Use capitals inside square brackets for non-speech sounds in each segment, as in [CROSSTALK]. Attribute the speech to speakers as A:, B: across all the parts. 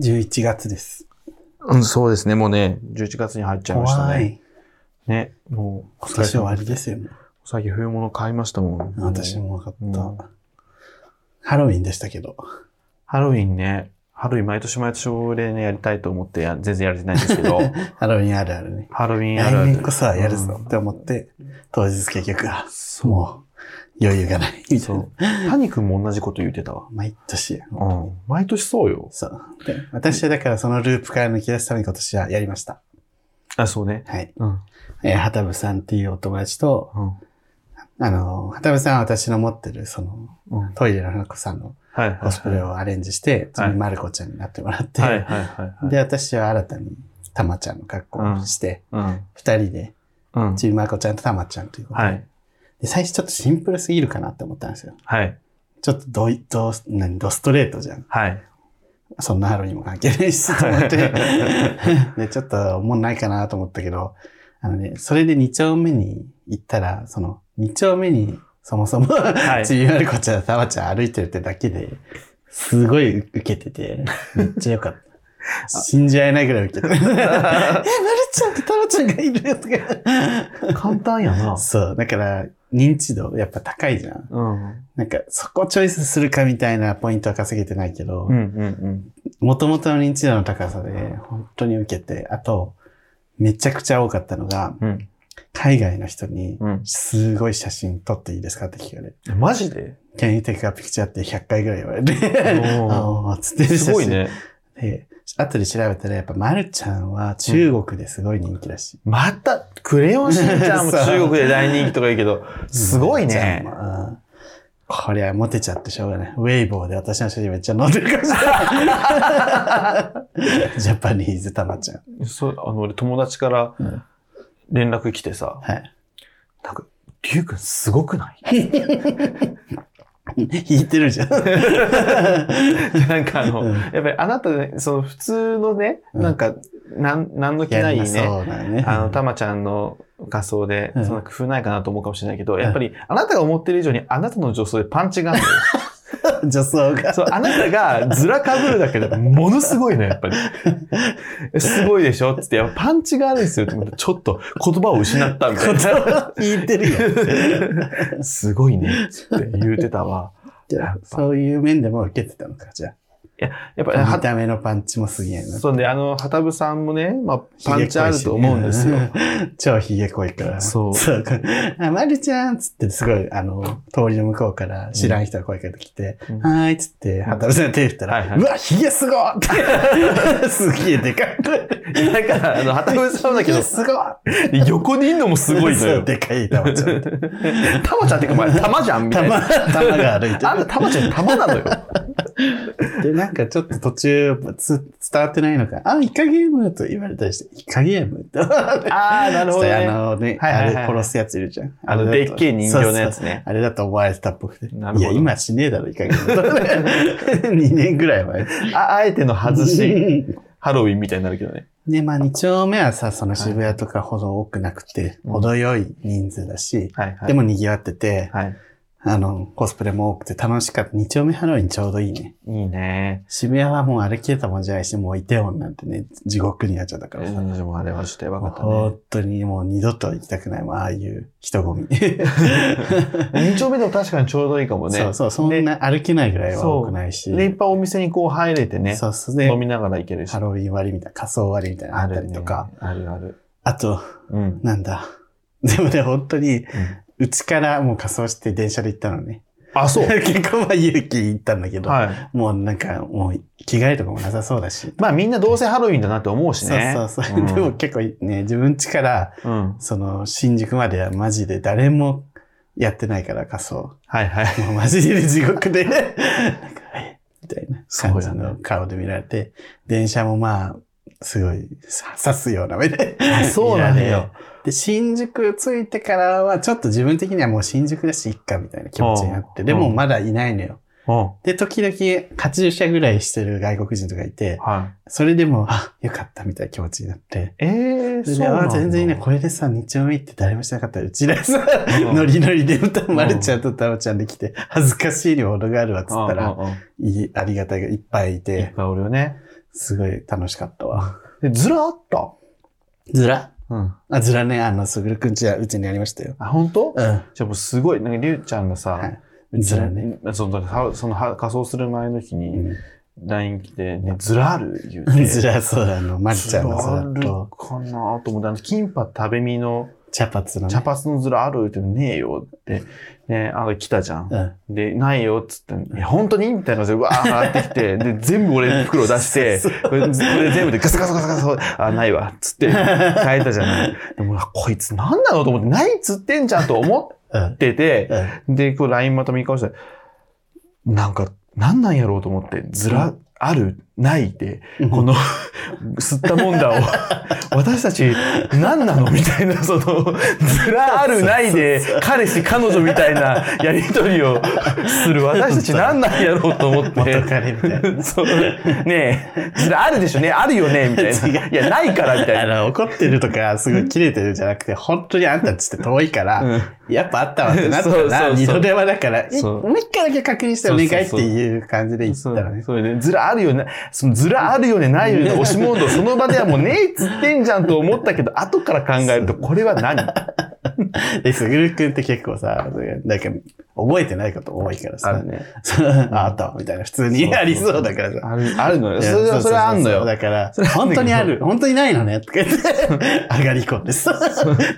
A: 11月です。
B: うん、そうですね。もうね、11月に入っちゃいました
A: 怖
B: ね。
A: い。
B: ね、もう、。
A: 今年終わりですすよね。
B: 最近冬物買いましたもん。
A: 私
B: もう。
A: も分か
B: う
A: っ
B: ん
A: た。ハロウィンでしたけど。
B: ハロウィンね、ハロウィン毎年毎年俺ね、やりたいと思ってや、全然やれてないんですけ
A: [LAUGHS]
B: ど、
A: ハロウィンあるあるね。
B: ハロウィンあるあ
A: 来年
B: る
A: こ。そはやるぞ
B: うん
A: って思って、当日結局、あ
B: そ
A: もう余裕がない。みた
B: そ
A: いうな。。
B: 谷君も同じこと言ってたわ。
A: 毎年。
B: うん。毎年そうよ。
A: そう。で、私はだからそのループから抜き出すために今年はやりました。
B: あ、そうね。
A: はい。
B: うん。
A: えー、はたぶさんっていうお友達と、
B: うん。
A: あの、はたぶさんは私の持ってる、その、
B: うん。はい
A: トイレの花子さんの
B: はいはい。
A: コスプレをアレンジして、
B: はい
A: 次、まる子ちゃんになってもらって、
B: はいはいはいはい。
A: で、私は新たに、たまちゃんの格好をして、
B: うん。
A: 二、人で、
B: うん。
A: ちびまる子ちゃんとたまちゃんということで,、
B: はい。
A: で、最初ちょっとシンプルすぎるかなって思ったんですよ。
B: はい。
A: ちょっとどい、どう、何、どストレートじゃん。
B: はい。
A: そんなハロウィンも関係ないし、と思って。
B: [LAUGHS]
A: で、ちょっと、もんないかなと思ったけど、あのね、それで2丁目に行ったら、その、2丁目に、そもそも、
B: い
A: ちびまる子ちゃん、たまちゃん歩いてるってだけで、すごい受けてて、めっちゃよかった。信じられないぐらい受けて [LAUGHS] た。え、まるちゃんとたまちゃんがいるよとか。
B: 簡単や
A: [LAUGHS]
B: な。
A: そう、だから、認知度やっぱ高いじゃん。
B: うん。
A: なんか、そこチョイスするかみたいなポイントは稼げてないけど、
B: うんうんうん。
A: もともとの認知度の高さで、本当に受けて、あと、めちゃくちゃ多かったのが、
B: うん。
A: 海外の人に、
B: うん。
A: すごい写真撮っていいですかって聞かれて、
B: えマ
A: [LAUGHS]
B: ジで
A: Can you take a picture? って100回ぐらい言われて、
B: おー
A: あおーつってる写真
B: すごい。ね。
A: で、後で調べたら、やっぱ、まるちゃんは中国ですごい人気らしい。
B: また、クレヨンしんちゃんも
A: そう
B: 中国で大人気とか言うけど、すごい
A: ちゃん
B: ね
A: も。。うんこりゃモテちゃってしょうがない。ウェイボーで私の写真めっちゃ載ってるから。ジャパニーズたまちゃん。
B: そう、あの、俺友達から
A: うん
B: 連絡来てさ、
A: はい。
B: なんか、りゅうくんすごく [LAUGHS] ない
A: 引いてるじゃん。
B: なんかあの、
A: うん
B: やっぱりあなたね、その普通のね、
A: うん
B: なんか、なん、なんの気ない
A: やん
B: ね、
A: そうだよね。
B: あの、たまちゃんの仮装で、
A: うん
B: そんな工夫ないかなと思うかもしれないけど、
A: ん
B: やっぱり、あなたが思ってる以上にあなたの女装でパンチがあるのよ。
A: 女装が。
B: そう、あなたがずらかぶるだけでものすごいの、やっぱり。 [LAUGHS] えすごいでしょつって、やっぱパンチがあるんですよって思って。ちょっと言葉を失ったみたいな。
A: 引いてるよ。
B: [LAUGHS] すごいね。つって言うてたわ。
A: じゃあそういう面でも受けてたのか、じゃ
B: やっぱり、
A: あ。見
B: は
A: た目のパンチもすげえな。
B: そうね、あの、はたぶさんもね、まあ、パンチあると思うんですよ。
A: ひげ濃いしね。 [LAUGHS] 超ひげ濃いから。
B: そう
A: そう。あ、まるちゃんっつって、すごい、あの、通りの向こうから知らん人が声かけてきて、
B: うん
A: はーいっつって、はたぶさん手振ったら、
B: はいはいう
A: わ、ひげすごっ
B: [LAUGHS]
A: って。すげえでかい。
B: だから、あの、はたぶさんだけ
A: ひ
B: ど
A: げ、すごっ
B: 横にいんのもすごいの
A: そ
B: よ
A: う。でかい玉ちゃん。
B: たまちゃんってか、まあ、たまじゃんみたい
A: 玉、
B: [LAUGHS] な。
A: 玉が歩いて
B: あんたたまちゃんたまなのよ。
A: で、なんかちょっと途中つ伝わってないのか、あ、イカゲームと言われたりして、イカゲーム
B: [LAUGHS]
A: って。
B: ああ、なるほど、
A: ちょっと
B: ね。
A: あのね、
B: はいはいはいはい
A: あれ殺すやついるじゃん。
B: あの、
A: れ
B: で
A: だと
B: っけえ人形のやつ
A: そうそう
B: ね。
A: [LAUGHS] あれだと思われてたっぽくて。
B: なるほど
A: いや、今しねえだろ、イカゲー [LAUGHS] ム。2年ぐらい前。
B: あ、あえての外し、ハロウィンみたいになるけどね。
A: [LAUGHS] で、まあ、2丁目はさ、その渋谷とかほど多くなくて、
B: うん
A: 程よい人数だし、
B: はいはい。
A: でも賑わってて、
B: はい。
A: あの、コスプレも多くて楽しかった。2丁目ハロウィンちょうどいいね。
B: いいね。
A: 渋谷はもう歩きれたもんじゃないし、もうイテウォンなんてね、地獄になっちゃったからさ。
B: でもあれはちょっとやばかっ
A: 本当にもう二度と行きたくない、もうああいう人混み。
B: たね。2丁目でも確かにちょうどいいかも
A: [LAUGHS]
B: ね。
A: そうそう、そんな歩けないぐらいは
B: そう
A: 多くないし。
B: で、いっぱいお店にこう入れてね、
A: そうそうで
B: 飲、みながら行けるし。
A: ハロウィン割りみたいな、仮装割りみたいなのあったりとか。
B: あるね。あるある。
A: あと、
B: うん。
A: なんだ。 [LAUGHS] でもね、本当に、うちからもう仮装して電車で行ったのね。 [LAUGHS]
B: あ、そう。
A: 結構まあ勇気行ったんだけど、
B: はい。
A: もうなんかもう着替えとかもなさそうだし。
B: まあみんなどうせハロウィンだなって思うし
A: そう
B: ね。
A: そうそう。でも結構ね、自分家から
B: うん。うん。
A: その、新宿まではマジで誰もやってないから仮装。
B: はい
A: [LAUGHS]
B: はい。
A: もうマジで地獄で、なんか、えみたいな感じ
B: そうや
A: の顔で見られて、電車もまあ、すごい、さ刺すような目で。
B: そうなの
A: 見られ
B: よ。
A: で、新宿着いてからは、ちょっと自分的にはもう新宿だし、いっか、みたいな気持ちになって。
B: うん
A: でもまだいないのよ。
B: うん。
A: で、時々80社ぐらいしてる外国人とかいて、
B: はい。
A: それでも、あ、よかった、みたいな気持ちになって。
B: えー、
A: それ
B: そう
A: で
B: な
A: あ
B: んだ
A: 全然いいね。これでさ、日曜日って誰もしなかったら、うちらさ、
B: うん
A: ノリノリで歌、まるちゃんとたまちゃんで来て、恥ずかしいにも程があるわっつった
B: う
A: ら、
B: んうんうん
A: いい、ありがたいがいっぱいい、
B: いってぱいおるよね。
A: すごい楽しかったわ。
B: え、ずらあった
A: ずら
B: うん。
A: あ、ずらね、あの、すぐるくんちはうちにありましたよ。
B: あ、本当？
A: うん。
B: じゃあもうすごい、なんかりゅうちゃんがさ、
A: はいずらね。。
B: その、だからはそのは仮装する前の日に
A: う
B: LINE 来て、ね、ずらある
A: [LAUGHS]
B: 言うて。
A: んずら、そうだ、あの、まりちゃんの
B: ずらあ
A: さ、
B: る
A: と、
B: かなと思って、あの、金髪食べ身の
A: 茶髪のね。
B: 茶髪のずらある言うて、ねえよって、ね、あの、来たじゃん。
A: うん。
B: で、ないよっつって、いや本当にみたいな感じで、わーってき
A: [LAUGHS]
B: て、で、全部俺袋出して、これこれ全部でガサガサガサガサ、あ、ないわ、っ
A: [LAUGHS]
B: つって、変えたじゃない。でも、あこいつ何なのと思って、ないっつってんじゃんと思
A: うん。
B: ってて、
A: [LAUGHS] うん
B: で、こう LINE また見返して、なんか、何なんやろうと思って、ずら、ある、ないって、この、吸ったもん [LAUGHS] だを、私たち、何なのみたいな、その、ずらあるないで、彼氏、彼女みたいなやりとりをする、私たち何なんやろうと思っ
A: 元
B: て。
A: 彼みたいな。
B: そう。ねえ、ずらあるでしょね、あるよね、みたいな。いや、ないから、みた
A: [LAUGHS] あ
B: いな。
A: の、怒ってるとか、すごい切れてるじゃなくて、本当にあんたちって遠いから、やっぱあったわってなった
B: そうそう
A: ら、
B: そう
A: 二度手間だから、い
B: そう
A: もう一回だけ確認してお願いって
B: そうそうそう
A: いう感じで言った
B: そう
A: らね。
B: そうね。ずらあるよね。そのずらあるよね、ないよね、押し問答、その場ではもうねえっつってんじゃんと思った
A: [LAUGHS]
B: けど、後から考えると、これは何
A: で、すぐるくんって結構さ、なんか、覚えてないこと多いからさ、
B: ね。
A: そう [LAUGHS] ああったわ、みたいな、普通
B: そう
A: に
B: そう
A: ありそうだからさ。
B: ある、あるのよ。
A: い
B: そ
A: や
B: れは、それはあんの
A: そうそうそう
B: よ。
A: だから、本当にある、本当にないのね、とか言って、上がり込んでさ、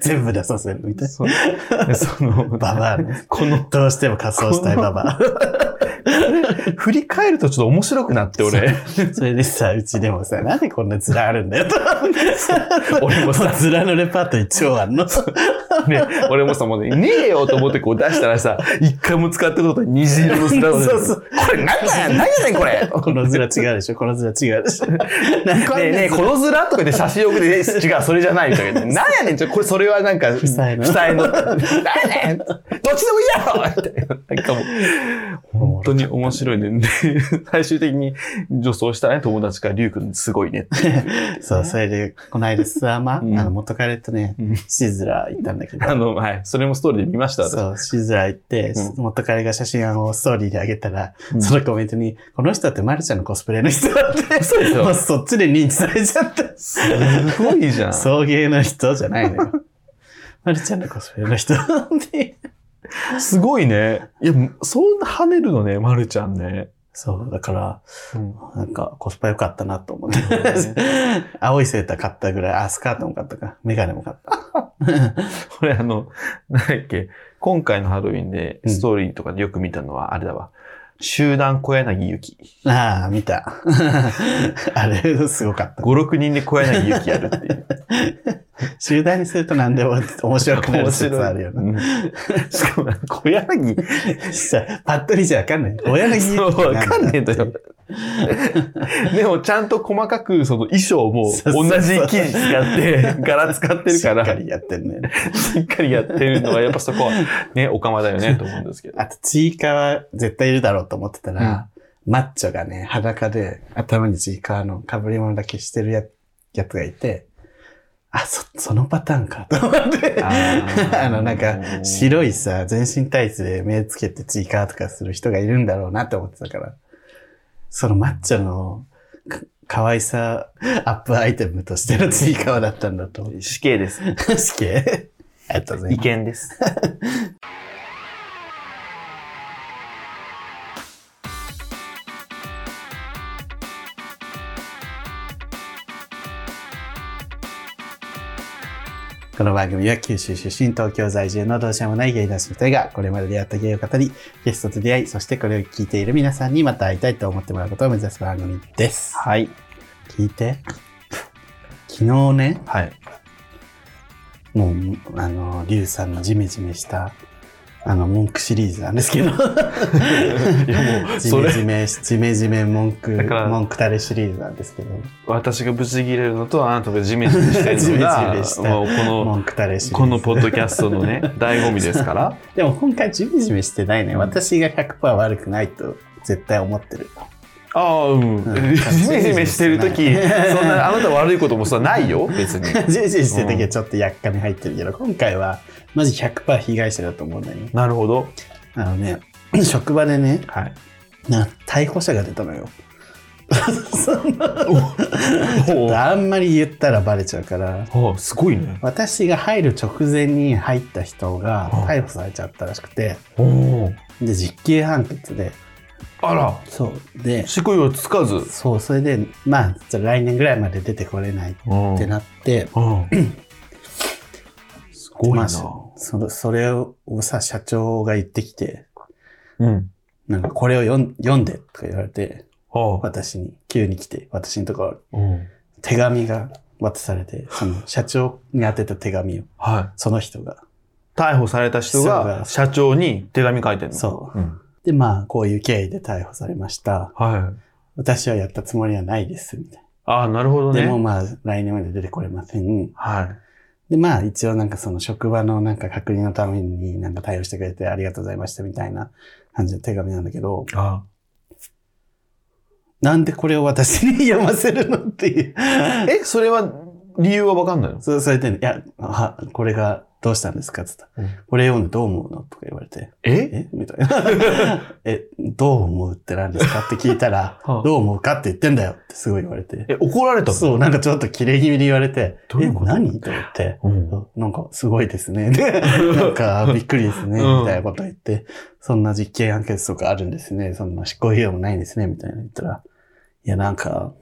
A: 全部出させるみたいな。
B: そうで
A: [LAUGHS]
B: その、
A: ババアね。
B: この、
A: どうしても仮装したいババア。
B: 振り返るとちょっと面白くなって、俺。
A: それでさ、うちでもさ、なんでこんなズラあるんだよと。
B: 俺もさ、
A: ズラのレパートリー超あんの。
B: ね、俺もさ、もうね、ねえよと思ってこう出したらさ、一回も使ってことに虹色のスラ
A: そうそう
B: これなんだよ何やねん、これ
A: [LAUGHS] このズラ違うでしょこのズラ違うでしょなんか
B: ねえねえ、このズラとかで写真送って、ね違う、それじゃないみたい
A: [LAUGHS]
B: な。なんやねん、ちょ、これ、それはなんか、負
A: 債の
B: の。なんやねんどっちでもいいやろみたいな。なんかもう、本当に面白いね。で最終的に女装したね、友達から、リュウ君すごいねって。
A: そう、それで、この間スアマ、
B: うん
A: あの、元彼とね、シズラ行ったんだけど
B: あ。の、はい、それもストーリーで見ました、私
A: そう、シズラ行って、
B: う
A: 元彼が写真をストーリーで上げたら、そのコメントに、この人ってマルちゃんのコスプレの人だって、
B: 嘘でしょ
A: もうそっちで認知されちゃった。
B: すごいじゃん。
A: 送迎の人じゃないのよ。マルちゃんのコスプレの人で。
B: すごいね。いや、そんな跳ねるのね、まるちゃんね。
A: そう、だから、
B: うん
A: なんかコスパ良かったなと思って
B: そう。
A: 青いセーター買ったぐらい、あ、スカートも買ったか、メガネも買った。
B: これあの、なんだっけ、今回のハロウィンでストーリーとかでよく見たのは、あれだわ。集団小柳ゆき。
A: ああ、見た。あれ、すごかった。
B: 5、6人で小柳ゆきやるっていう。
A: 集団にすると何でも [LAUGHS] 面白くなる説あるよね。
B: うんしかも、小柳、
A: さパッと見じゃわかんない。親の
B: [LAUGHS] そうわかんねえんだよ。でも、ちゃんと細かく、その衣装も
A: そうそ
B: 同
A: う
B: じ生地使
A: [LAUGHS]
B: って、柄使ってる
A: し
B: か
A: っ
B: ら、
A: か
B: し
A: りやってんね。
B: っかりやってるのは、やっぱそこは、
A: [LAUGHS]
B: ね、お釜だよね、と思うんですけど。
A: あと、チーカは絶対いるだろうと思ってたら、マッチョがね、裸で頭にチーカーの被り物だけしてるややつがいて、あ、そ、そのパターンかと思って、
B: あ
A: [LAUGHS]
B: ー
A: あの、なんか、白いさ、全身タイツで目つけてチーカーとかする人がいるんだろうなって思ってたから、そのマッチョのか可愛さアップアイテムとしてのチーカーだったんだと思って。
B: 死刑です。
A: 死刑ありがとうござい
B: 違
A: ます。
B: 見です。
A: この番組は九州出身、東京在住のどうしようもないゲイ男子二人がこれまで出会ったゲイを語り、ゲストと出会い、そしてこれを聞いている皆さんにまた会いたいと思ってもらうことを目指す番組です。
B: はい。
A: 聞いて。昨日ね、 [LAUGHS]
B: はい。
A: もう、あの、リュウさんのジメジメした、あの、文句シリーズなんですけど、
B: いやもう、
A: ジ
B: そ
A: メ
B: れ、
A: ジメ、ジメジメ文句、
B: だから
A: 文句垂れシリーズなんですけど、
B: 私がブチギレるのと、あなたがジメジメして
A: [LAUGHS]
B: るのが、
A: ジメジメした
B: もうこの、
A: 文句垂れシリーズ。
B: このポッドキャスト
A: [LAUGHS]
B: のね、醍醐味ですから。
A: でも今回ジメジメしてないね。
B: うん
A: 私が100%悪くないと絶対思ってる。 [LAUGHS]
B: ああ、うん。
A: ん
B: ジメジメしてるとき、そんな、あなた悪いこともさ、な
A: [LAUGHS]
B: いよ、別に。
A: ジェジェしてる時はちょっとやっかみ入ってるけど、今回はマジ100%被害者だと思うんだよね。
B: なるほど。
A: [CLEARS THROAT] あのね、職場でね、
B: はい。
A: な逮捕者が出たのよ。その
B: お
A: あんまり言ったらバレちゃうから
B: おあすごいね。
A: 私が入る直前に入った人が
B: うん
A: 逮捕されちゃったらしくて
B: おお。
A: で実刑判決で
B: あら、
A: そうで
B: 執行猶予つかず。
A: そうそれでまあちょっと来年ぐらいまで出てこれないっ
B: うん
A: てなって、
B: うん。すごい
A: ま
B: な
A: あ。そそのそれをさ社長が言ってきて
B: うん。
A: なんかこれを読ん読んでとか言われて
B: ああ。
A: 私に急に来て私のところ
B: うん。
A: 手紙が渡されてそ
B: [LAUGHS]
A: の社長に宛てた手紙を
B: はい。
A: その人が
B: 逮捕された人
A: そうだ
B: が社長に手紙書いてるの。。
A: そう
B: ん。
A: でまあこういう経緯で逮捕されました
B: はい。
A: 私はやったつもりはないですみたい
B: ああ、なるほど
A: な、
B: ね。
A: でもまあ来年まで出てこれません
B: はい。
A: でまあ一応なんかその職場のなんか確認のためになんか対応してくれてありがとうございましたみたいな感じの手紙なんだけど
B: あ
A: なんでこれを私に読ませるのって
B: [LAUGHS]
A: いう
B: あえ、それは理由はわかんないの
A: そうそれで、ね、いやはこれがどうしたんですか?」っつったら
B: うん
A: 「これ読んでどう思うの?」とか言われて
B: え
A: え
B: [LAUGHS]
A: みたいな。 [LAUGHS] え、どう思うって何ですかって聞いたら、
B: [LAUGHS] はあ
A: どう思うかって言ってんだよってすごい言われて。
B: え、怒られたの
A: そう、なんかちょっとキレ気味で言われて、
B: どういうこと
A: え、何と思って、
B: うん
A: なんかすごいです
B: [LAUGHS]
A: ね。で、なんかびっくりですね、
B: うん
A: みたいなこと言って、そんな実刑判決とかあるんですね、そんな執行猶予もないんですね、みたいなの言ったら、いや、なんか、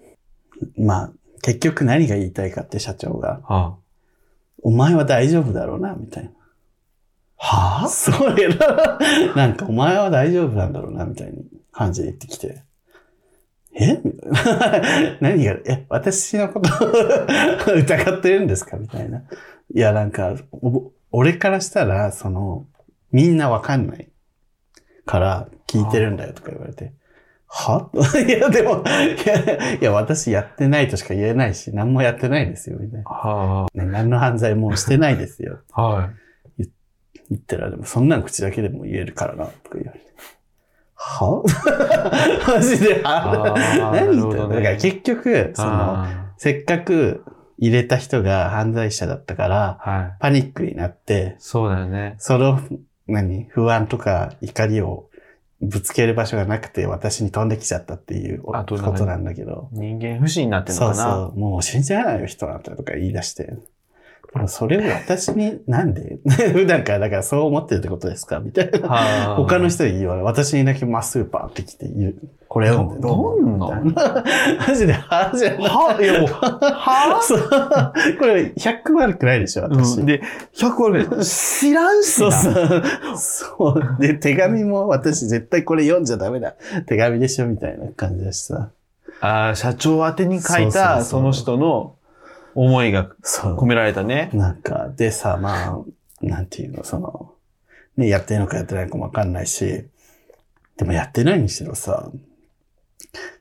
A: まあ、結局何が言いたいかって社長が、
B: は
A: お前は大丈夫だろうな、みたいな。はあそれな、 [LAUGHS] なんかお前は大丈夫なんだろうな、みたいな感じで言ってきて。え [LAUGHS] みたいな何が、え、私のこと [LAUGHS] 疑ってるんですかみたいな。いや、なんか、お俺からしたら、その、みんなわかんないから聞いてるんだよとか言われて。は [LAUGHS] いや、でも、いや、いや、私やってないとしか言えないし、何もやってないですよ、みたいな。
B: あ。は
A: ね、何の犯罪もしてないですよ。
B: あ。はい。
A: 言ったら、でもそんなん口だけでも言えるからな、とか言われて。はマジで、は [LAUGHS]
B: あ
A: 何言
B: ー
A: っ
B: なるほ
A: てんの
B: どね
A: だから結局、その、
B: あ
A: せっかく入れた人が犯罪者だったから、
B: あはい。
A: パニックになって、
B: そうだよね。
A: その、何、不安とか怒りをぶつける場所がなくて、私に飛んできちゃったっていうこ
B: あとなんか
A: となんだけど。
B: 人間不信になってるの
A: そう
B: かな。
A: そう、もう信じられないよ、人なんてとか言い出して。でもそれを私に、なんで [LAUGHS] 普段から、だからそう思ってるってことですかみたいな。
B: はあ。
A: 他の人に言われ、私にだけまっすぐパーって来て言う。これ読んでどう思う
B: なんなの
A: みたいな [LAUGHS] マジで、はぁじゃない。
B: はあ、いやもう、は
A: [LAUGHS] そうこれ、100悪くないでしょ、
B: あ、
A: 私。
B: で、100割ぐらい知らんし
A: そう
B: な。
A: そう。そう。で、手紙も私絶対これ読んじゃダメだ。手紙でしょみたいな感じだしさ。
B: ああ、社長宛てに
A: そう
B: 書い
A: そうそう
B: た、その人の思いが
A: そう
B: 込。められたね。
A: なんか、でさ、まあ、なんていうの、その、ね、やってるのかやってないのかもわかんないし、でもやってないにしろさ、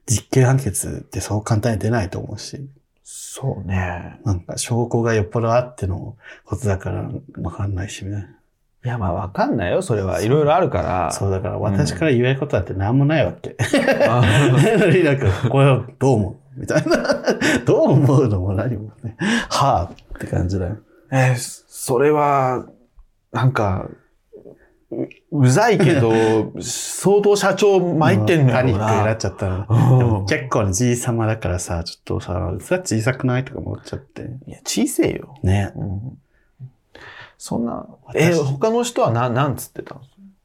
A: 実刑判決ってそう簡単に出ないと思うし、
B: そうね。
A: なんか証拠がよっぽどあってのことだからわかんないし、みたい
B: いや、まあ、わかんないよ、それは。いろいろあるか
A: な。
B: ら。 [LAUGHS]
A: そうだから私から言えることだってなんもないわけ。
B: あー
A: なのに [LAUGHS] なんか、これはどう思うみたいな。 [LAUGHS] どう思うのも何もね。はあって感じだよ。
B: えーそそれは、なんか、ううざいけど、 [LAUGHS] 相当社長参ってんの
A: パ
B: やろ
A: ニックに
B: う
A: な
B: な
A: っ。ちゃったら。で
B: う
A: も
B: ん
A: 結構じいさまだからさ、ちょっとさ、さ小さくないとか思っちゃって。
B: いや、小せえよ。
A: ね。
B: うんそんな、
A: 私
B: えー、他の人はな、なんつってたの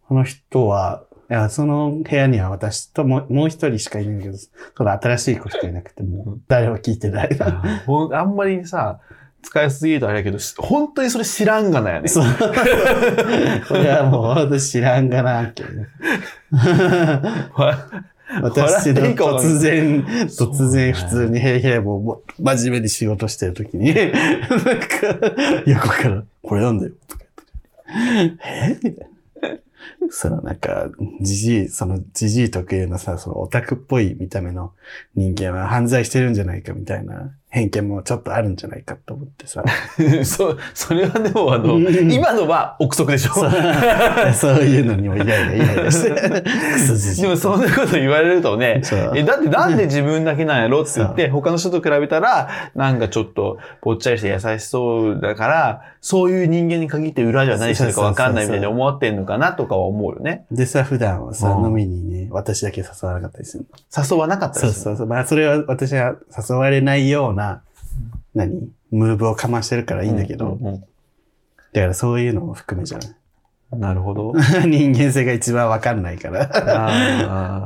A: この人は、いや、その部屋には私ともうもう一人しかいないんだけど、その新しい子しかいなくて、もう誰も聞いてない。
B: [LAUGHS] ほんあんまりさ、使いすぎるとあれだけど、し本当にそれ知らんがな [LAUGHS] やね。
A: そう。これはもうほんと知らんがな、けど
B: わ
A: 私の
B: 笑っていいかも
A: 突然、
B: そう
A: 突然普通に、へいへいももう真面目に仕事してるときに、なんか、横から、これなんだよ、とか言って。えみたいな。そのなんか、じじい、そのじじい特有のさ、そのオタクっぽい見た目の人間は犯罪してるんじゃないかみたいな偏見もちょっとあるんじゃないかと思ってさ。
B: [LAUGHS] そ、それはでもあの、
A: うん
B: 今のは憶測でしょ
A: そうそういうのにもイライライライラして。クソじじい
B: でもそんなこと言われるとね、
A: そう
B: え、だってなんで自分だけなんやろって言って、他の人と比べたら、なんかちょっとぽっちゃりして優しそうだから、そういう人間に限って裏じゃ何してるかわかんないみたいに思ってんのかなとかは思うよね。
A: でさ、普段はさ、
B: うん
A: 飲みにね、私だけ誘わなかったりするの。
B: 誘わなかった
A: そう
B: です
A: そうそう。まあ、それは私は誘われないような、何ムーブをかましてるからいいんだけど、
B: うんうん
A: だからそういうのも含めじゃない。 [LAUGHS]
B: うんなるほど。
A: 人間性が一番わかんないから。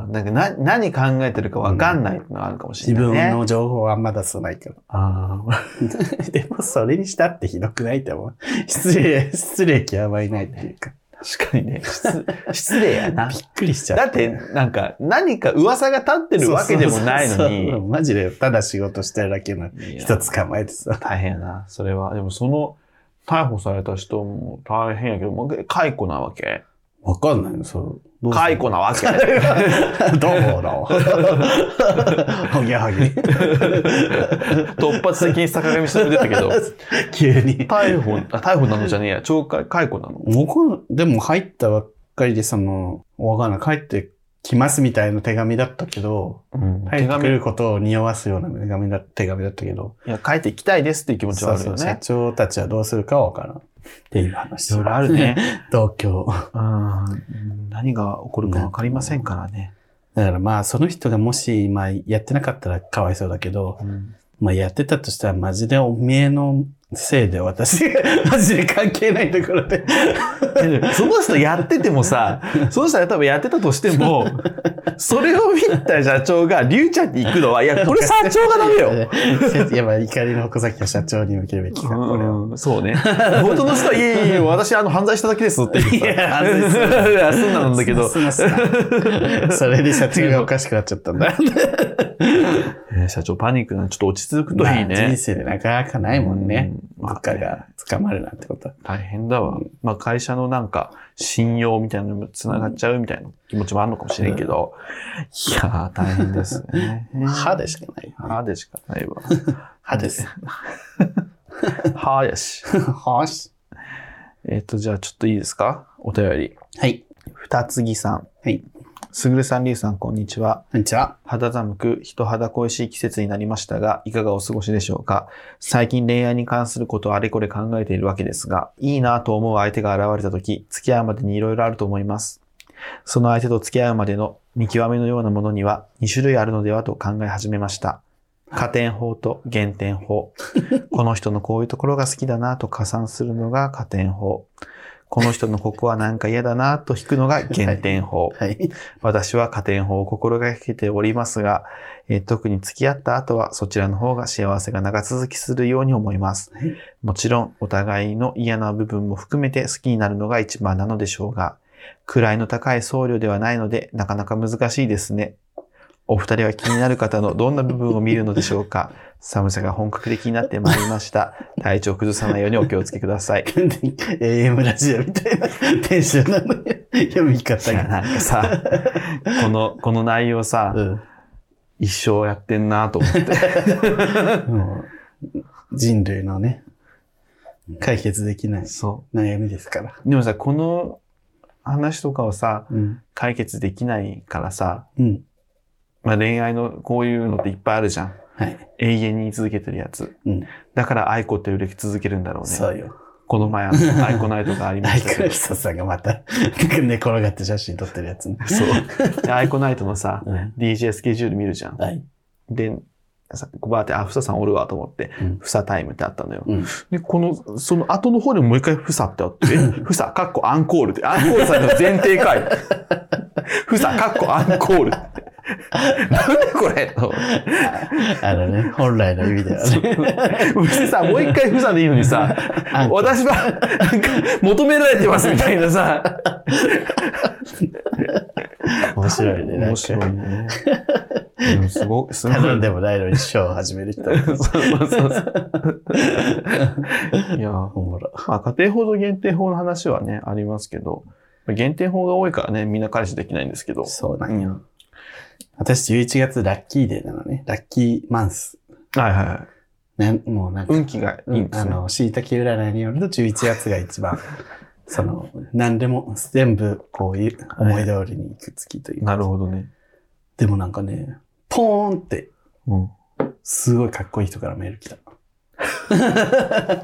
B: あーなんかな何考えてるかわかんないのがあるかもし
A: [LAUGHS] 自
B: れない、
A: 分
B: ね。
A: の情報はあんま出さないから。
B: あー
A: [LAUGHS] でも、それにしたってひどくないって思う。失礼、失礼極まりないっていうか。
B: 確かにね。失 [LAUGHS] 失礼やな
A: び。っくりしちゃう。
B: だって、なんか、何か噂が立ってるわけでもない
A: そ
B: の
A: うそうそう
B: に。
A: マジで、ただ仕事してるだけの人捕まえてさ。
B: 大変やな、それは。でもその、逮捕された人も大変やけど、まあ解雇なわけ
A: わかんないの、そう。どうす
B: 解
A: る
B: 雇なわけ
A: [LAUGHS] どうもどうも。 [LAUGHS] ほぎゃほぎ。
B: 突発的に坂上忍出たけ [LAUGHS] ど、
A: 急に。
B: 逮捕、あ逮捕なのじゃねえや、懲戒、解雇なの
A: 僕、でも入ったばっかりで、その、わかんない。帰ってきますみたいな手紙だったけど、
B: うん
A: 帰
B: 手
A: ってく
B: 紙、い
A: ることを匂わすような手紙だ手紙だったけど、
B: や、帰っていきたいですっていう気持ちはあるよ
A: そうそう社
B: ね。
A: 長たちはどうするかはわからん。っていう話。
B: いろいろある [LAUGHS] ね。
A: 東京。
B: うん何が起こるかわかりませんからね。
A: だからまあ、その人がもし、まあ、やってなかったらかわいそうだけど、
B: うん
A: まあ、やってたとしたら、マジでおめえのせいで私が、 [LAUGHS] マジで関係ないところで。
B: その人やっててもさ、その人が多分やってたとしても、それを見た社長が、リュウちゃんに行くのは、いや、これ社長がダメよ。
A: やっぱ怒りの矛先は社長に向けるべきだ、これは。
B: うんそ
A: [LAUGHS]
B: うね。元の人は、いやいやいや、私、あの、犯罪しただけですって言
A: いや犯罪する
B: 罪すんなんだけど。
A: すなすなすなそれで社長がおかしくなっちゃっ
B: [LAUGHS]
A: たんだ。
B: [LAUGHS] えー社長、パニックなんでちょっと落ち着くといい
A: まあ人
B: ね。
A: 生でなかなかないもんね。
B: うん
A: 物価が捕まるなんてことは。。
B: 大変だわ。まあ、会社のなんか、信用みたいなのにも繋がっちゃうみたいな気持ちもあるのかもしれんけど。いやー、大変ですね
A: 歯でしかない。
B: 歯でしかない
A: [LAUGHS]
B: わ。
A: 歯です。
B: 歯やし。
A: はし。
B: えっ、と、じゃあちょっといいですかお便り。
A: はい。
B: 二つぎさん。
A: はい。
B: すぐるさん、りゅうさん、こんにちは。
A: こんにちは。
B: 肌寒く、人肌恋しい季節になりましたが、いかがお過ごしでしょうか最近恋愛に関することをあれこれ考えているわけですが、いいなと思う相手が現れた時、付き合うまでにいろいろあると思います。その相手と付き合うまでの見極めのようなものには2種類あるのではと考え始めました。加点法と減点法。この人のこういうところが好きだなと加算するのが加点法。この人のここはなんか嫌だなと引くのが減点法。
A: はい。
B: 私は加点法を心がけておりますが、えー特に付き合った後はそちらの方が幸せが長続きするように思います
A: はい。
B: もちろんお互いの嫌な部分も含めて好きになるのが一番なのでしょうが、位の高い僧侶ではないのでなかなか難しいですね。お二人は気になる方のどんな部分を見るのでしょうか [LAUGHS] 寒さが本格的になってまいりました。体調を崩さないようにお気をつけください。
A: AM ラジオみたいなテンションなのよ。読み方
B: いや
A: が。
B: なんかさ、この、この内容さ、
A: うん。
B: 一生やってんなと思って。
A: もう人類のね、解決できない
B: そ
A: 悩みですから。
B: う。でもさ、この話とかをさ、
A: うん。
B: 解決できないからさ、
A: うん。
B: まあ恋愛のこういうのっていっぱいあるじゃん。
A: はい。
B: 永遠に続けてるやつ。
A: うん。
B: だから愛子って売れ続けるんだろうね。
A: そうよ。
B: この前、あ
A: [LAUGHS]
B: の愛子ナイトがありま
A: 大
B: したけ
A: 倉
B: ど。
A: 久さんがまた寝転がって写真撮ってるやつね。 [LAUGHS]
B: そう。で愛子ナイトのさ、
A: うん。
B: DJ スケジュール見るじゃん。
A: はい。
B: で、さバーって、あ、ふささんおるわと思って
A: うん、
B: ふさタイムってあったのよ。
A: うん。
B: で、この、その後の方でもう一回、ふさってあって、えふさ、かっこアンコールって、アンコールさんの前提かい。 [LAUGHS] ふさ、かっこアンコールって。なんでこれと
A: あのね、本来の意味ではね。
B: うちさ、もう一回ふさでいいのにさ
A: アン、コール
B: 私は、なんか、求められてますみたいなさ。
A: 面白いね。なん
B: 面
A: か
B: 白いね。でもすごい、すごい。
A: 頼ん
B: [LAUGHS]
A: でもないのにショーを始める人。
B: そうそうそう。いや、
A: おもろ。
B: まあ、家庭法と限定法の話はね、ありますけど、限定法が多いからね、みんな彼氏できないんですけど。
A: そうな
B: うん
A: よ。
B: ん。
A: 私11月ラッキーデーなのね。ラッキーマンス。
B: はいはいはい。
A: ね、もうなんか、
B: 運気がいいんで
A: あ
B: すね。
A: の、しいたけ占いによると11月が一番、その、何でも、全部、こういう思い通りに行く月という。
B: なるほどね。
A: でもなんかね、ポーンって、
B: うん。
A: すごいかっこいい人からメール来た。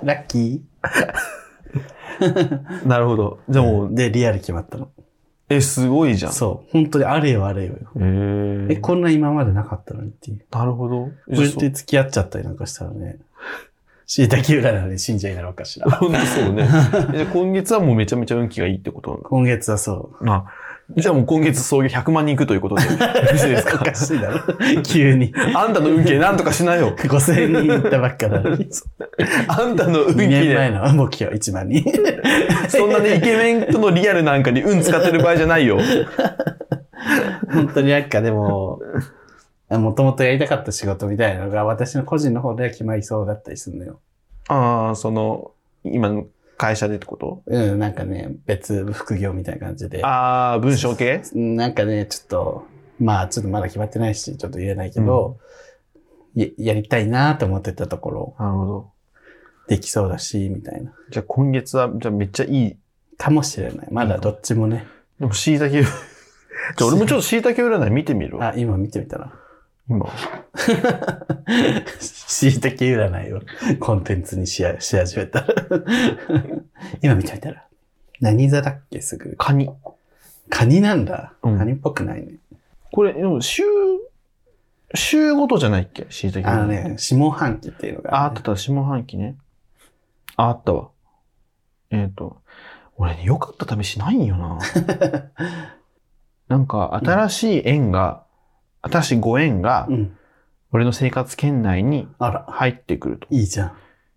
A: ラッキ
B: なるほど。じゃあもう
A: ー。、で、リアル決まったの。
B: え、すごいじゃん。
A: そう。本当にあれよあれよ。
B: えー、
A: え、こんな今までなかったのにっていう。
B: なるほど。
A: これっ
B: そ
A: て付き合っちゃったりなんかしたらね、しいたけ占いで信者になろうかしら。
B: うそう
A: [LAUGHS]
B: ね。え今月はもうめちゃめちゃ運気がいいってこと
A: 今月はそう。
B: なのあじゃあもう今月創業100万人いくとい
A: [LAUGHS]
B: うことで。よろしいです
A: お
B: か
A: かしいだろ。急に。
B: あんたの運気なんとかし
A: [LAUGHS]
B: なよ。
A: 5000人行ったばっかなのに。
B: あんたの運
A: 2
B: 気
A: 年前
B: で、
A: の目標1万人。
B: そんなね、イケメンとのリアルなんかに運使ってる場合じゃないよ。
A: 本当になんかで [LAUGHS] も、もともとやりたかった仕事みたいなのが私の個人の方では決まりそうだったりするのよ。
B: ああ、その、今の会社でってこと
A: うん、なんかね、別副業みたいな感じで。
B: ああ、文章系
A: なんかね、ちょっと、まあちょっとまだ決まってないし、ちょっと言えないけど、ややりたいなと思ってたところ、
B: なるほど。
A: できそうだし、みたいな。
B: じゃあ今月は、じゃあめっちゃいい。
A: かもしれない。まだどっちもね。
B: でも、椎 [LAUGHS] 茸、じゃあ俺もちょっと椎茸占い見てみるわ。
A: あ、今見てみたら。 [LAUGHS]
B: 今。
A: しいたけ占いをコンテンツにしやし始めた。 [LAUGHS] 今見てみたら。何座だっけすぐ。
B: カニ。
A: カニなんだ。
B: うん
A: カニっぽくないね。
B: これ、でも週、週ごとじゃないっけ椎茸
A: あ
B: 占い
A: の。ね、下半期っていうの
B: あ、あ
A: が、
B: っ
A: ね
B: た。た、下半期ね。あ、あったわ。えっ、と、俺ね、良かった試しないんよ [LAUGHS] な。なんか、新しい縁が、新しいご縁が
A: う、ん。
B: 俺の生活圏内に
A: あら、
B: 入ってくると。
A: いいじゃん。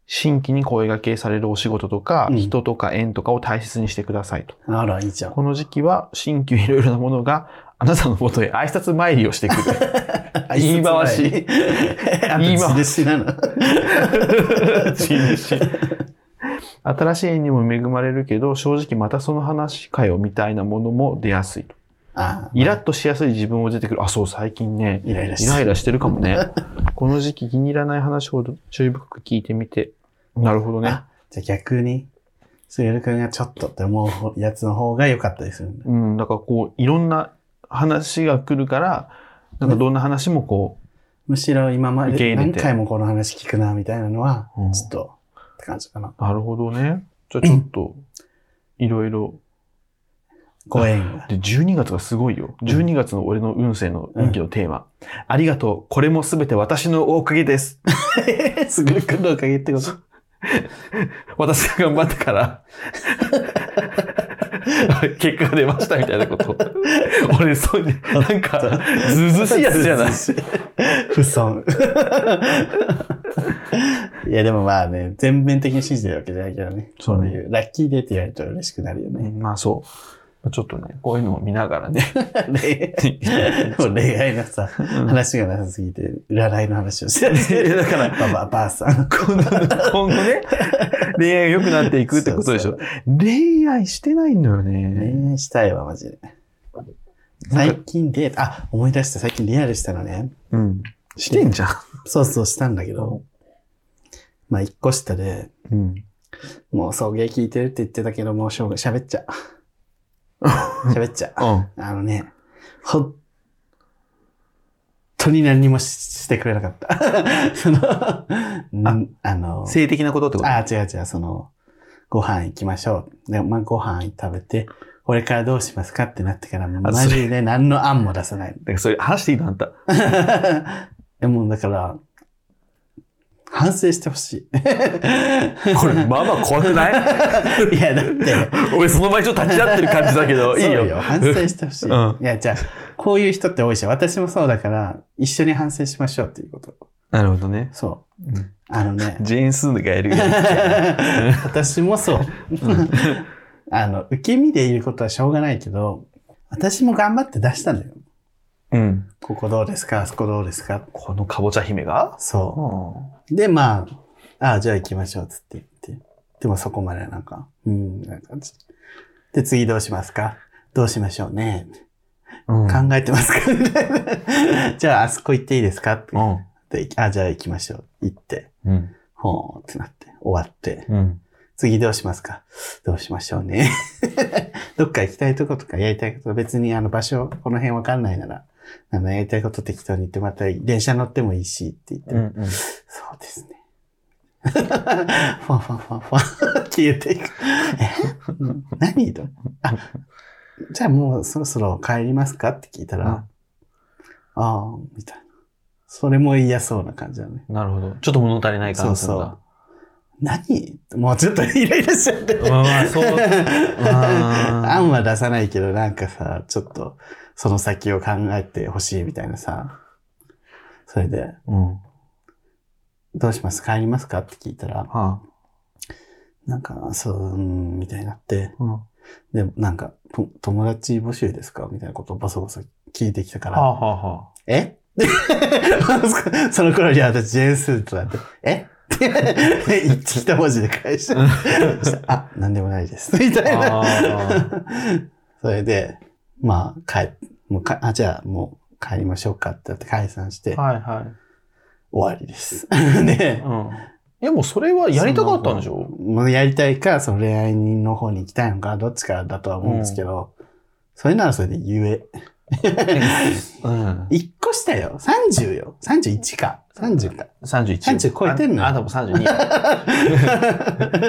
B: 新規に声掛けされるお仕事とか、
A: うん
B: 人とか縁とかを大切にしてくださいと。
A: あら、いいじゃん。
B: この時期は、新旧いろいろなものが、あなたの元へ挨拶参りをしてくる。言い回し
A: 挨拶前に
B: 言い回し
A: [LAUGHS] あと印なの。 [LAUGHS]
B: 新しい縁にも恵まれるけど、正直またその話かよみたいなものも出やすいと。
A: あ
B: イラッとしやすい自分を出てくる。あ、そう、最近ね、
A: イライラし
B: イ
A: てる
B: ライラしてるかもね。この時期気に入らない話ほど注意深く聞いてみて。なるほどね。
A: あじゃあ逆に、すぐるくんがちょっとって思うやつの方が良かったりするんだ。
B: うん、だからこう、いろんな話が来るから、なんかどんな話もこ
A: むしろ今ま
B: 受け
A: で
B: 入れて
A: 何回もこの話聞くな、みたいなのは
B: うん、
A: ちょっと、って感じかな。
B: う、なるほどね。じゃあちょっと、いろいろ。
A: ご縁が。
B: で、12月がすごいよ。12月の俺の運勢の運気のテーマ。ありがとう。これもすべて私のおかげです。
A: [LAUGHS] すぐるくんのおかげってこと。
B: 私が頑張ったから、 [LAUGHS] 結果が出ましたみたい
A: [LAUGHS]
B: なこと。俺、そう、なんか、ずうずうしいやつじゃない。
A: ずうず [LAUGHS] うしい不
B: [LAUGHS]
A: 損。いや、でもまあね、全面的に信じてるわけじゃないけどね。
B: そうね
A: こいう、ラッキーデーって言われると嬉しくなるよ
B: [LAUGHS]
A: ね。
B: まあそう。ちょっとね、こういうのを見ながら [LAUGHS] ね。
A: で [LAUGHS] もう恋愛のさ、話がなさすぎて、占いの話をして
B: いや
A: る。[LAUGHS]
B: だから
A: ばば、ばあさん。
B: 今度今後ね、恋愛が良くなっていくってことでしょ。恋愛してないんだよね。
A: 恋愛したいわ、マジで。最近デート、あ、思い出した、最近リアルしたのね。
B: うん。してんじゃん。
A: そうそうしたんだけど、まあ、一個下で、
B: うん。
A: もう送迎聞いてるって言ってたけど、もうしょうが、喋っちゃ
B: [LAUGHS]
A: う。喋っちゃう。
B: うん。
A: あのね、ほんとに何にもししてくれなかった。 [LAUGHS] その、んあの、
B: 性的なことってこと
A: あ、違う違う、その、ご飯行きましょう。で、まあ、ご飯食べて、これからどうしますかってなってから、マ
B: それ
A: ジで何の案も出さ
B: [LAUGHS]
A: ない。
B: だからそれ話していいのあんた。
A: でもうだから、反省してほし
B: こ [LAUGHS]
A: [LAUGHS]
B: れ、まあまあ怖くない
A: い。いや、だって、
B: 俺その前ちょっと立ち会ってる感じだ
A: [LAUGHS]
B: け [LAUGHS] ど、いい
A: そ
B: よ。
A: う反省してほしい。
B: [LAUGHS] うん
A: いや、じゃあ、こういう人って多いし、私もそうだから、一緒に反省しましょうっていうこと。
B: なるほどね。
A: そう
B: うん。、
A: あのね
B: [LAUGHS] ジェーン・スーがやるよ。
A: [LAUGHS] 私もそう。
B: [LAUGHS]
A: あの、受け身でいることはしょうがないけど、私も頑張って出したんだよ。
B: うん。
A: ここどうですかあそこどうですか
B: このかぼちゃ姫が
A: そうう。で、まあ、ああ、じゃあ行きましょう、つって言って。でもそこまではなんか、うん、なんか、で、次どうしますかどうしましょうね。
B: ん。う
A: [LAUGHS]
B: ん。
A: 考えてますかじゃあ、あそこ行っていいですかって
B: うん。
A: って、あ、じゃあ行きましょう。行って、
B: うん。
A: ほーってなって、終わって、
B: うん。
A: 次どうしますかどうしましょうね。 [LAUGHS] どっか行きたいとことかやりたいこと、別にあの場所、この辺わかんないなら、あの、やりたいこと適当に言ってまた電車乗ってもいいしって言って、
B: うん。うん。
A: そうですね。 [LAUGHS] ファンファンファンファン消えていく。えうん何と。あ、じゃあもうそろそろ帰りますかって聞いたら、
B: うん
A: ああ、みたいな。それも嫌そうな感じだね。
B: なるほど。ちょっと物足りない感じ
A: そ
B: なん
A: う
B: だ。
A: 何もうちょっとイライラしちゃって。
B: まあまあ、そう。あー
A: 案は出さないけど、なんかさ、ちょっと、その先を考えてほしいみたいなさ。それで、
B: うん。は
A: どうします帰りますかって聞いたら、
B: あ。
A: なんか、そう、うーん、みたいになって、
B: うん。は
A: で、なんか、と友達募集ですかみたいなことをボソボソ聞いてきたか
B: あ
A: ら、
B: はあはあ。
A: え [LAUGHS] その頃に私、ジェーンスーとなって、え [LAUGHS] って言ってきた文字で返した。そしたらあ、なんでもないです。 [LAUGHS] みたい
B: あ
A: な。それで、まあ、帰、もうか、あ、じゃあ、もう帰りましょうかってなって解散して、終
B: はいはい。
A: わりです。 [LAUGHS] で、
B: うん。いやもうそれはやりたかったんでしょ
A: もうやりたいか、その恋愛人の方に行きたいのか、どっちかだとは思うんですけど、それならそれで言え。
B: うん。
A: 1個下よ。30よ。31か。30か。 [LAUGHS]
B: 31。
A: 30超えてんのよ
B: あ、あでも32。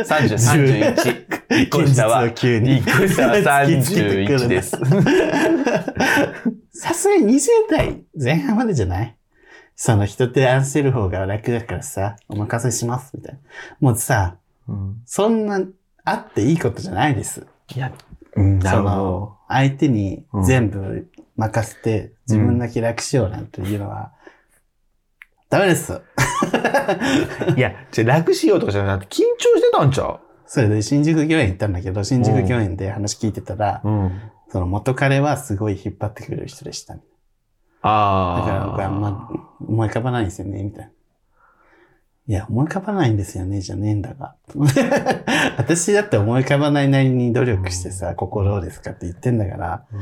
B: 30、31。一
A: [LAUGHS]
B: 個
A: 現実
B: 下は
A: を急に。
B: 一個下は31です。
A: さすがに20代前半までじゃないその人手合わせる方が楽だからさ、お任せします、みたいな。もうさ、
B: うん
A: そんな、あっていいことじゃないです。
B: いや、うんなるほ
A: そ
B: ど
A: の。相手に全部任せて、自分だけ楽しようなんていうのは、ダメです。
B: いや、じゃあ楽しようとかじゃなくて、緊張してたんちゃ
A: それで新宿御苑行ったんだけど、新宿御苑で話聞いてたら
B: う、うん。
A: その元彼はすごい引っ張ってくれる人でした、ね。だから
B: ああ。
A: 僕あんま思い浮かばないんですよね、みたいな。いや、思い浮かばないんですよね、じゃねえんだが。 [LAUGHS] 私だって思い浮かばないなりに努力してさ、心をですかって言ってんだから、
B: うん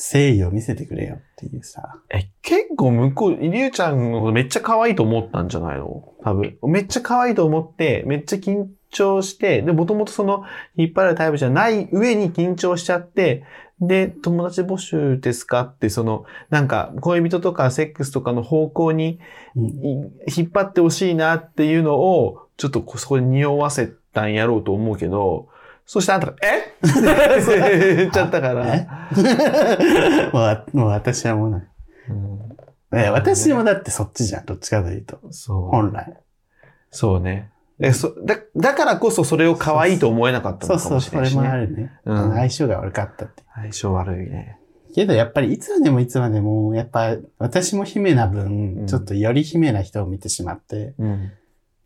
A: 誠意を見せてくれよっていうさ。
B: え、結構向こう、りゅうちゃんのことめっちゃ可愛いと思ったんじゃないの多分。めっちゃ可愛いと思って、めっちゃ緊張して、で、もともとその、引っ張るタイプじゃない上に緊張しちゃって、で、友達募集ですかって、その、なんか、恋人とかセックスとかの方向に [LAUGHS]
A: うん
B: い引っ張ってほしいなっていうのを、ちょっとこそこで匂わせたんやろうと思うけど、そしてあんたが、え [LAUGHS] って言っちゃったから。
A: えもうもう私はもうない
B: うん
A: え。私もだってそっちじゃん、どっちかというと。
B: そう。
A: 本来。
B: そうね。えそだだからこそそれを可愛いと思えなかった
A: そ
B: の
A: う
B: か
A: そう、
B: もしれ
A: そ
B: ない
A: れ
B: し、
A: もある
B: ね。
A: ね。
B: うん
A: 相性が悪かったって。
B: 相性悪いね。
A: けどやっぱりいつまでもいつまでも、やっぱ私も姫な
B: う
A: 分、
B: ん
A: ちょっとより姫な人を見てしまって、
B: うん。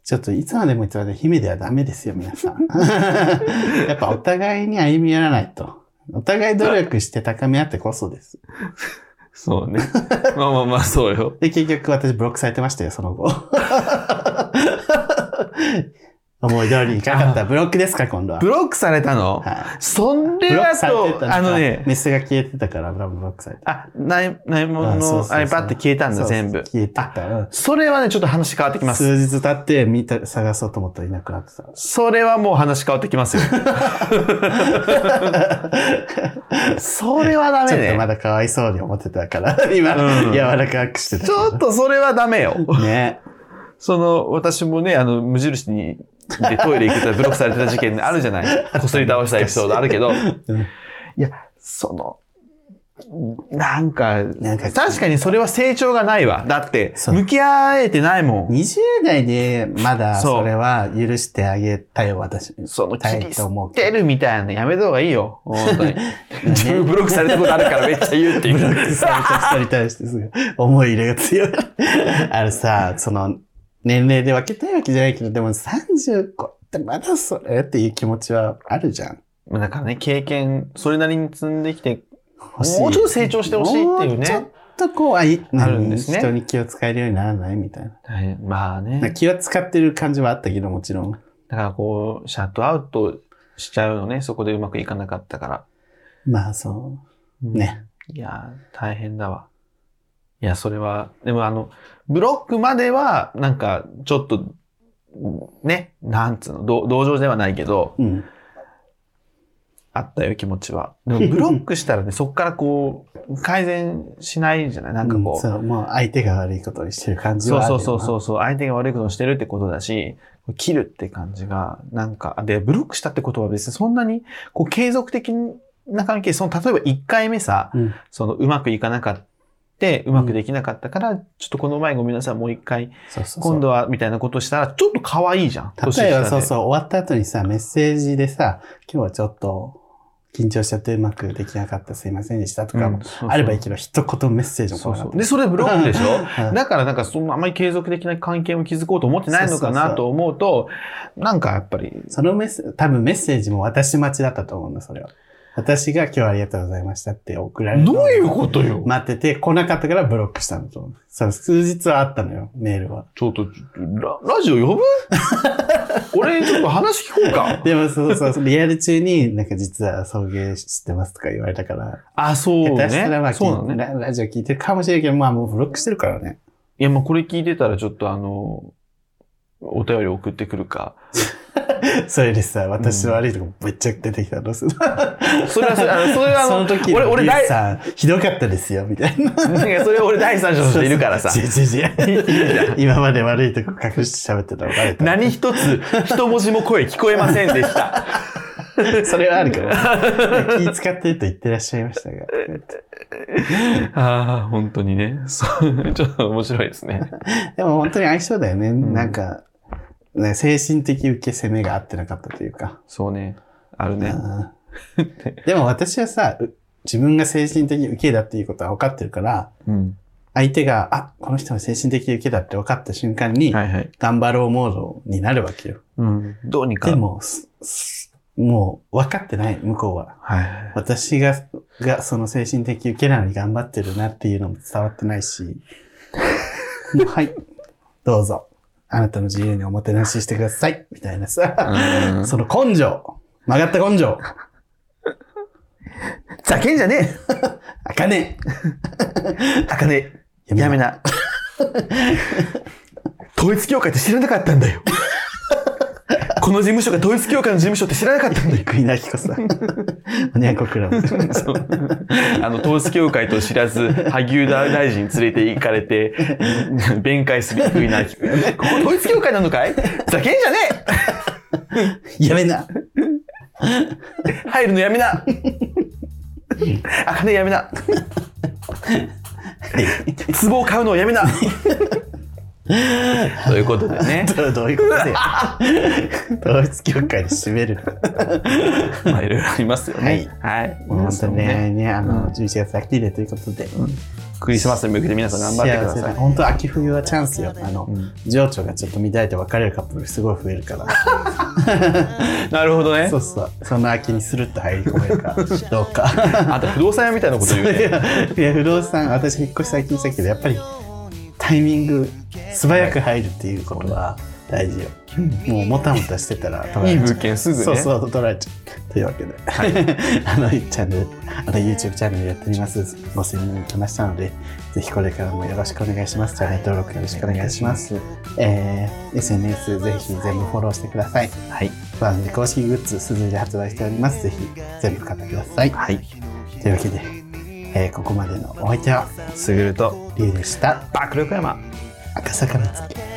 A: ちょっといつまでもいつまでも姫ではダメですよ、皆さん。 [LAUGHS] やっぱお互いに歩み寄らないと。お互い努力して高め合ってこそです。
B: そうね。 [LAUGHS] まあまあまあ、そうよ。
A: で、結局私ブロックされてましたよ、その後。 [LAUGHS] 思い通りにいかなかった。ブロックですか、今度は。
B: ブロックされたの、
A: はい
B: そ
A: ブ
B: れ
A: ロッ
B: だ
A: クされて
B: と、
A: た
B: あ
A: の
B: の
A: か、
B: ね、
A: メスが消えてたから、ブロックされた。
B: あ、ない、ないもの
A: あそうそう
B: の、
A: そう
B: あれパって消えたん
A: そ
B: だ、
A: う
B: 全部。
A: 消えてた。うん
B: それはね、ちょっと話変わってきます。
A: 数日経って見た、探そうと思ったらいなくなってた。
B: それはもう話変わって
A: [LAUGHS]
B: きますよ。それはダ
A: ち
B: メ
A: ょっとま
B: ね。
A: だかわいそうに思ってたから、 [LAUGHS] 今、
B: うん
A: 柔らかくしてた。
B: ちょっとそれはダメよ。 [LAUGHS]
A: ね。
B: その、私もね、あの、無印に、でトイレ行くとブロックされてた事件あるじ
A: [LAUGHS]
B: ゃない。こすり倒したエピソードあるけど、
A: うん
B: その、なんか、
A: なんか
B: 確かにそれは成長がないわ。だって、
A: そう
B: 向き合えてないもん。
A: 20代でまだ
B: そう
A: それは許してあげたよ、私。
B: その、
A: た
B: 切
A: い
B: り
A: と
B: 捨
A: 思うけ
B: て
A: ど。
B: るみたいなのやめた方がいいよ。本当に。 [LAUGHS]
A: ね
B: ブロックされたことあるからめっちゃ言うっていう。
A: ブロックされた人に対してすごい思い入れが強い。
B: [LAUGHS]
A: あのさ、その、年齢で分けたいわけじゃないけど、でも30個ってまだそれっていう気持ちはあるじゃん。
B: まあだからね、経験、それなりに積んできて、
A: 欲しい
B: もうちょっと成長してほしいっていう
A: もちょ
B: ね
A: っ。とこう、あ、い
B: あるんですね
A: 人に気を使えるようにならないみたいな。
B: はいまあ
A: なん
B: ね
A: か。気は使ってる感じはあったけど、もちろん。
B: だからこう、シャットアウトしちゃうのね、そこでうまくいかなかったから。
A: まあ、そ
B: うん
A: う。ね。。
B: いやー、大変だわ。いや、それは、でもあの、ブロックまでは、なんか、ちょっと、ね、なんつうの、ど同情ではないけど、
A: うん。
B: あったよ、気持ちは。でも、ブロックしたら
A: [LAUGHS]
B: ね、そっからこう、改善しないじゃないなんかこう、
A: そう、もう相手が悪いことにしてる感じ
B: そう
A: はあるよ
B: そう
A: な。
B: そうそうそう、相手が悪いことをしてるってことだし、切るって感じが、なんか、で、ブロックしたってことは別にそんなに、こう、継続的な関係、その、例えば1回目さ、
A: うん。
B: その、うまくいかなかった。うまくできなかったから、ちょっとこの前ごめんなさい、もう一回、
A: そうそうそう
B: 今度は、みたいなことしたら、ちょっと可愛いじゃん。
A: 例えばそう
B: う。
A: そう、終わった後にさ、メッセージでさ、今日はちょっと緊張しちゃってうまくできなかったすいませんでしたとかも、あればいいけど、一言メッセージも来
B: そ
A: な
B: う
A: か
B: そ
A: っ
B: う。で、それブロックでし
A: [LAUGHS]
B: ょ
A: た。うん
B: だからなんかそのあまり継続的な関係を築こうと思ってないのかなと思うと、なんかやっぱり、
A: そのメッセ多分メッセージも私待ちだったと思うんだ、それは。私が今日はありがとうございましたって送られるの
B: ど
A: を
B: ういうことよ
A: 待ってて、来なかったからブロックしたんだと思う。そう、数日はあったのよ、メールは。
B: ちょっと、ララジ
A: [LAUGHS]
B: オ呼ぶ俺ちょっと話聞こうか。
A: でもそうそうそう、リアル中になんか実は送迎してますとか言われたから、
B: あ、そう
A: 下手したらま
B: ね。
A: あ、
B: そうなのね。
A: ララジオ聞いてるかもしれんけど、まあもうブロックしてるからね。
B: いや、まあこれ聞いてたらちょっとあの、お便り送ってくるか。
A: [LAUGHS] それでさ、私の悪いとこめっちゃ出てきた [LAUGHS] の。それ
B: それはそれ、あの、それはあ
A: そ
B: の、
A: の時
B: 俺、
A: の
B: 俺
A: リュウ
B: 大、
A: さん、ひどかったですよ、みたいな。
B: なんかそれ俺第三者としているからさ
A: そ。うそう違う違う違う今まで悪いとこ隠して喋ってたのバレた。
B: 何一つ、一文字も声聞こえませんでした。
A: それはあるから。 [LAUGHS] 気使ってると言ってらっしゃいましたが。
B: [LAUGHS] ああ、本当にね。そう、ちょっと面白いですね。
A: [LAUGHS] でも本当に相性だよね。
B: ん
A: なんか、ね精神的受け攻めが合ってなかったというか。
B: そうね。あるね。
A: うんでも私はさ、う自分が精神的受けだっていうことは分かってるから、
B: うん。
A: 相手が、あ、この人も精神的受けだって分かった瞬間に、
B: はいはい。
A: 頑張ろうモードになるわけよ。
B: うん。どうにか。
A: でも、すすもう分かってない、向こうは。
B: はいはい。
A: 私が、が、その精神的受けなのに頑張ってるなっていうのも伝わってない
B: [LAUGHS]
A: し。もうはい、どうぞ。あなたの自由におもてなししてください。みたいなさ、
B: うん
A: その根性、曲がった根性、
B: [LAUGHS] ざけんじゃね
A: [LAUGHS] あかね
B: [LAUGHS] えあかね
A: え
B: やめな。 [LAUGHS] 統一教会って知らなかったんだよ。この事務所が統一教会の事務所って知らなかったんだよ。
A: 生稲晃子
B: [LAUGHS]
A: さん。おにゃんこクラブ。
B: そう [LAUGHS] あの、統一教会と知らず、萩生田大臣連れて行かれて、弁解すべきな。ここ統一教会なのかいざけんじゃね
A: やめな。
B: え入るのやめなあかねやめな壺を買うのをやめなということでね、
A: ど [LAUGHS] うどういうこと
B: [LAUGHS]
A: で統一教会で締める。
B: まあいろいろありますよね。はい。
A: 本当にね、ねあ
B: う
A: の、
B: ん
A: 11月秋でということで。
B: クリスマスに向けて皆さん頑張ってくださ
A: 幸せ
B: い。
A: 本当秋冬はチャンスよ。あの、
B: ん
A: 情緒がちょっと乱れて別れるカップルすごい増える
B: [LAUGHS]
A: から。
B: なるほどね
A: そ。うそう。その秋にスルッと入り込める
B: [LAUGHS]
A: かどうか。
B: あと不動産屋みたいなこと言う
A: い
B: ね。
A: や [LAUGHS] いや、不動産、私引っ越し先にしたけど、やっぱりタイミング、素早く入るっていうことは大事よ。もうもたもたしてたら取られちゃう
B: いい物件すぐね
A: そうそう、取られちゃう。というわけで、 [LAUGHS] あの、チャンネル、あの、YouTube チャンネルやっております。5000人来ましたので、ぜひこれからもよろしくお願いします。チャンネル登録よろしくお願いします。えー SNS ぜひ全部フォローしてください。
B: はい。
A: 番組公式グッズ、すずりで発売しております。ぜひ全部買ってください。
B: はい。
A: というわけで、えーここまでのお相手は、
B: すぐると、
A: りゅうでした。
B: 爆力山。
A: 赤坂みつけ。